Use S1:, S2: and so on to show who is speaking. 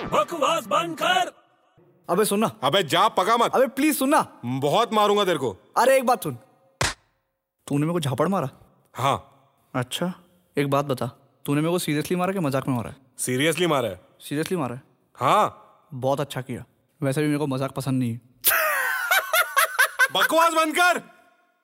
S1: आवाज बंद कर
S2: अबे सुनना
S3: अबे जा पका मत
S2: अबे प्लीज सुनना
S3: बहुत मारूंगा तेरे को
S2: अरे एक बात सुन तूने मेरे को झापड़ मारा
S3: हाँ
S2: अच्छा एक बात बता तूने मेरे को सीरियसली मारा कि मजाक में मारा है
S3: सीरियसली मारा है
S2: सीरियसली मारा है
S3: हाँ
S2: बहुत अच्छा किया वैसे भी मेरे को मजाक पसंद नहीं है
S3: बकवास बंद कर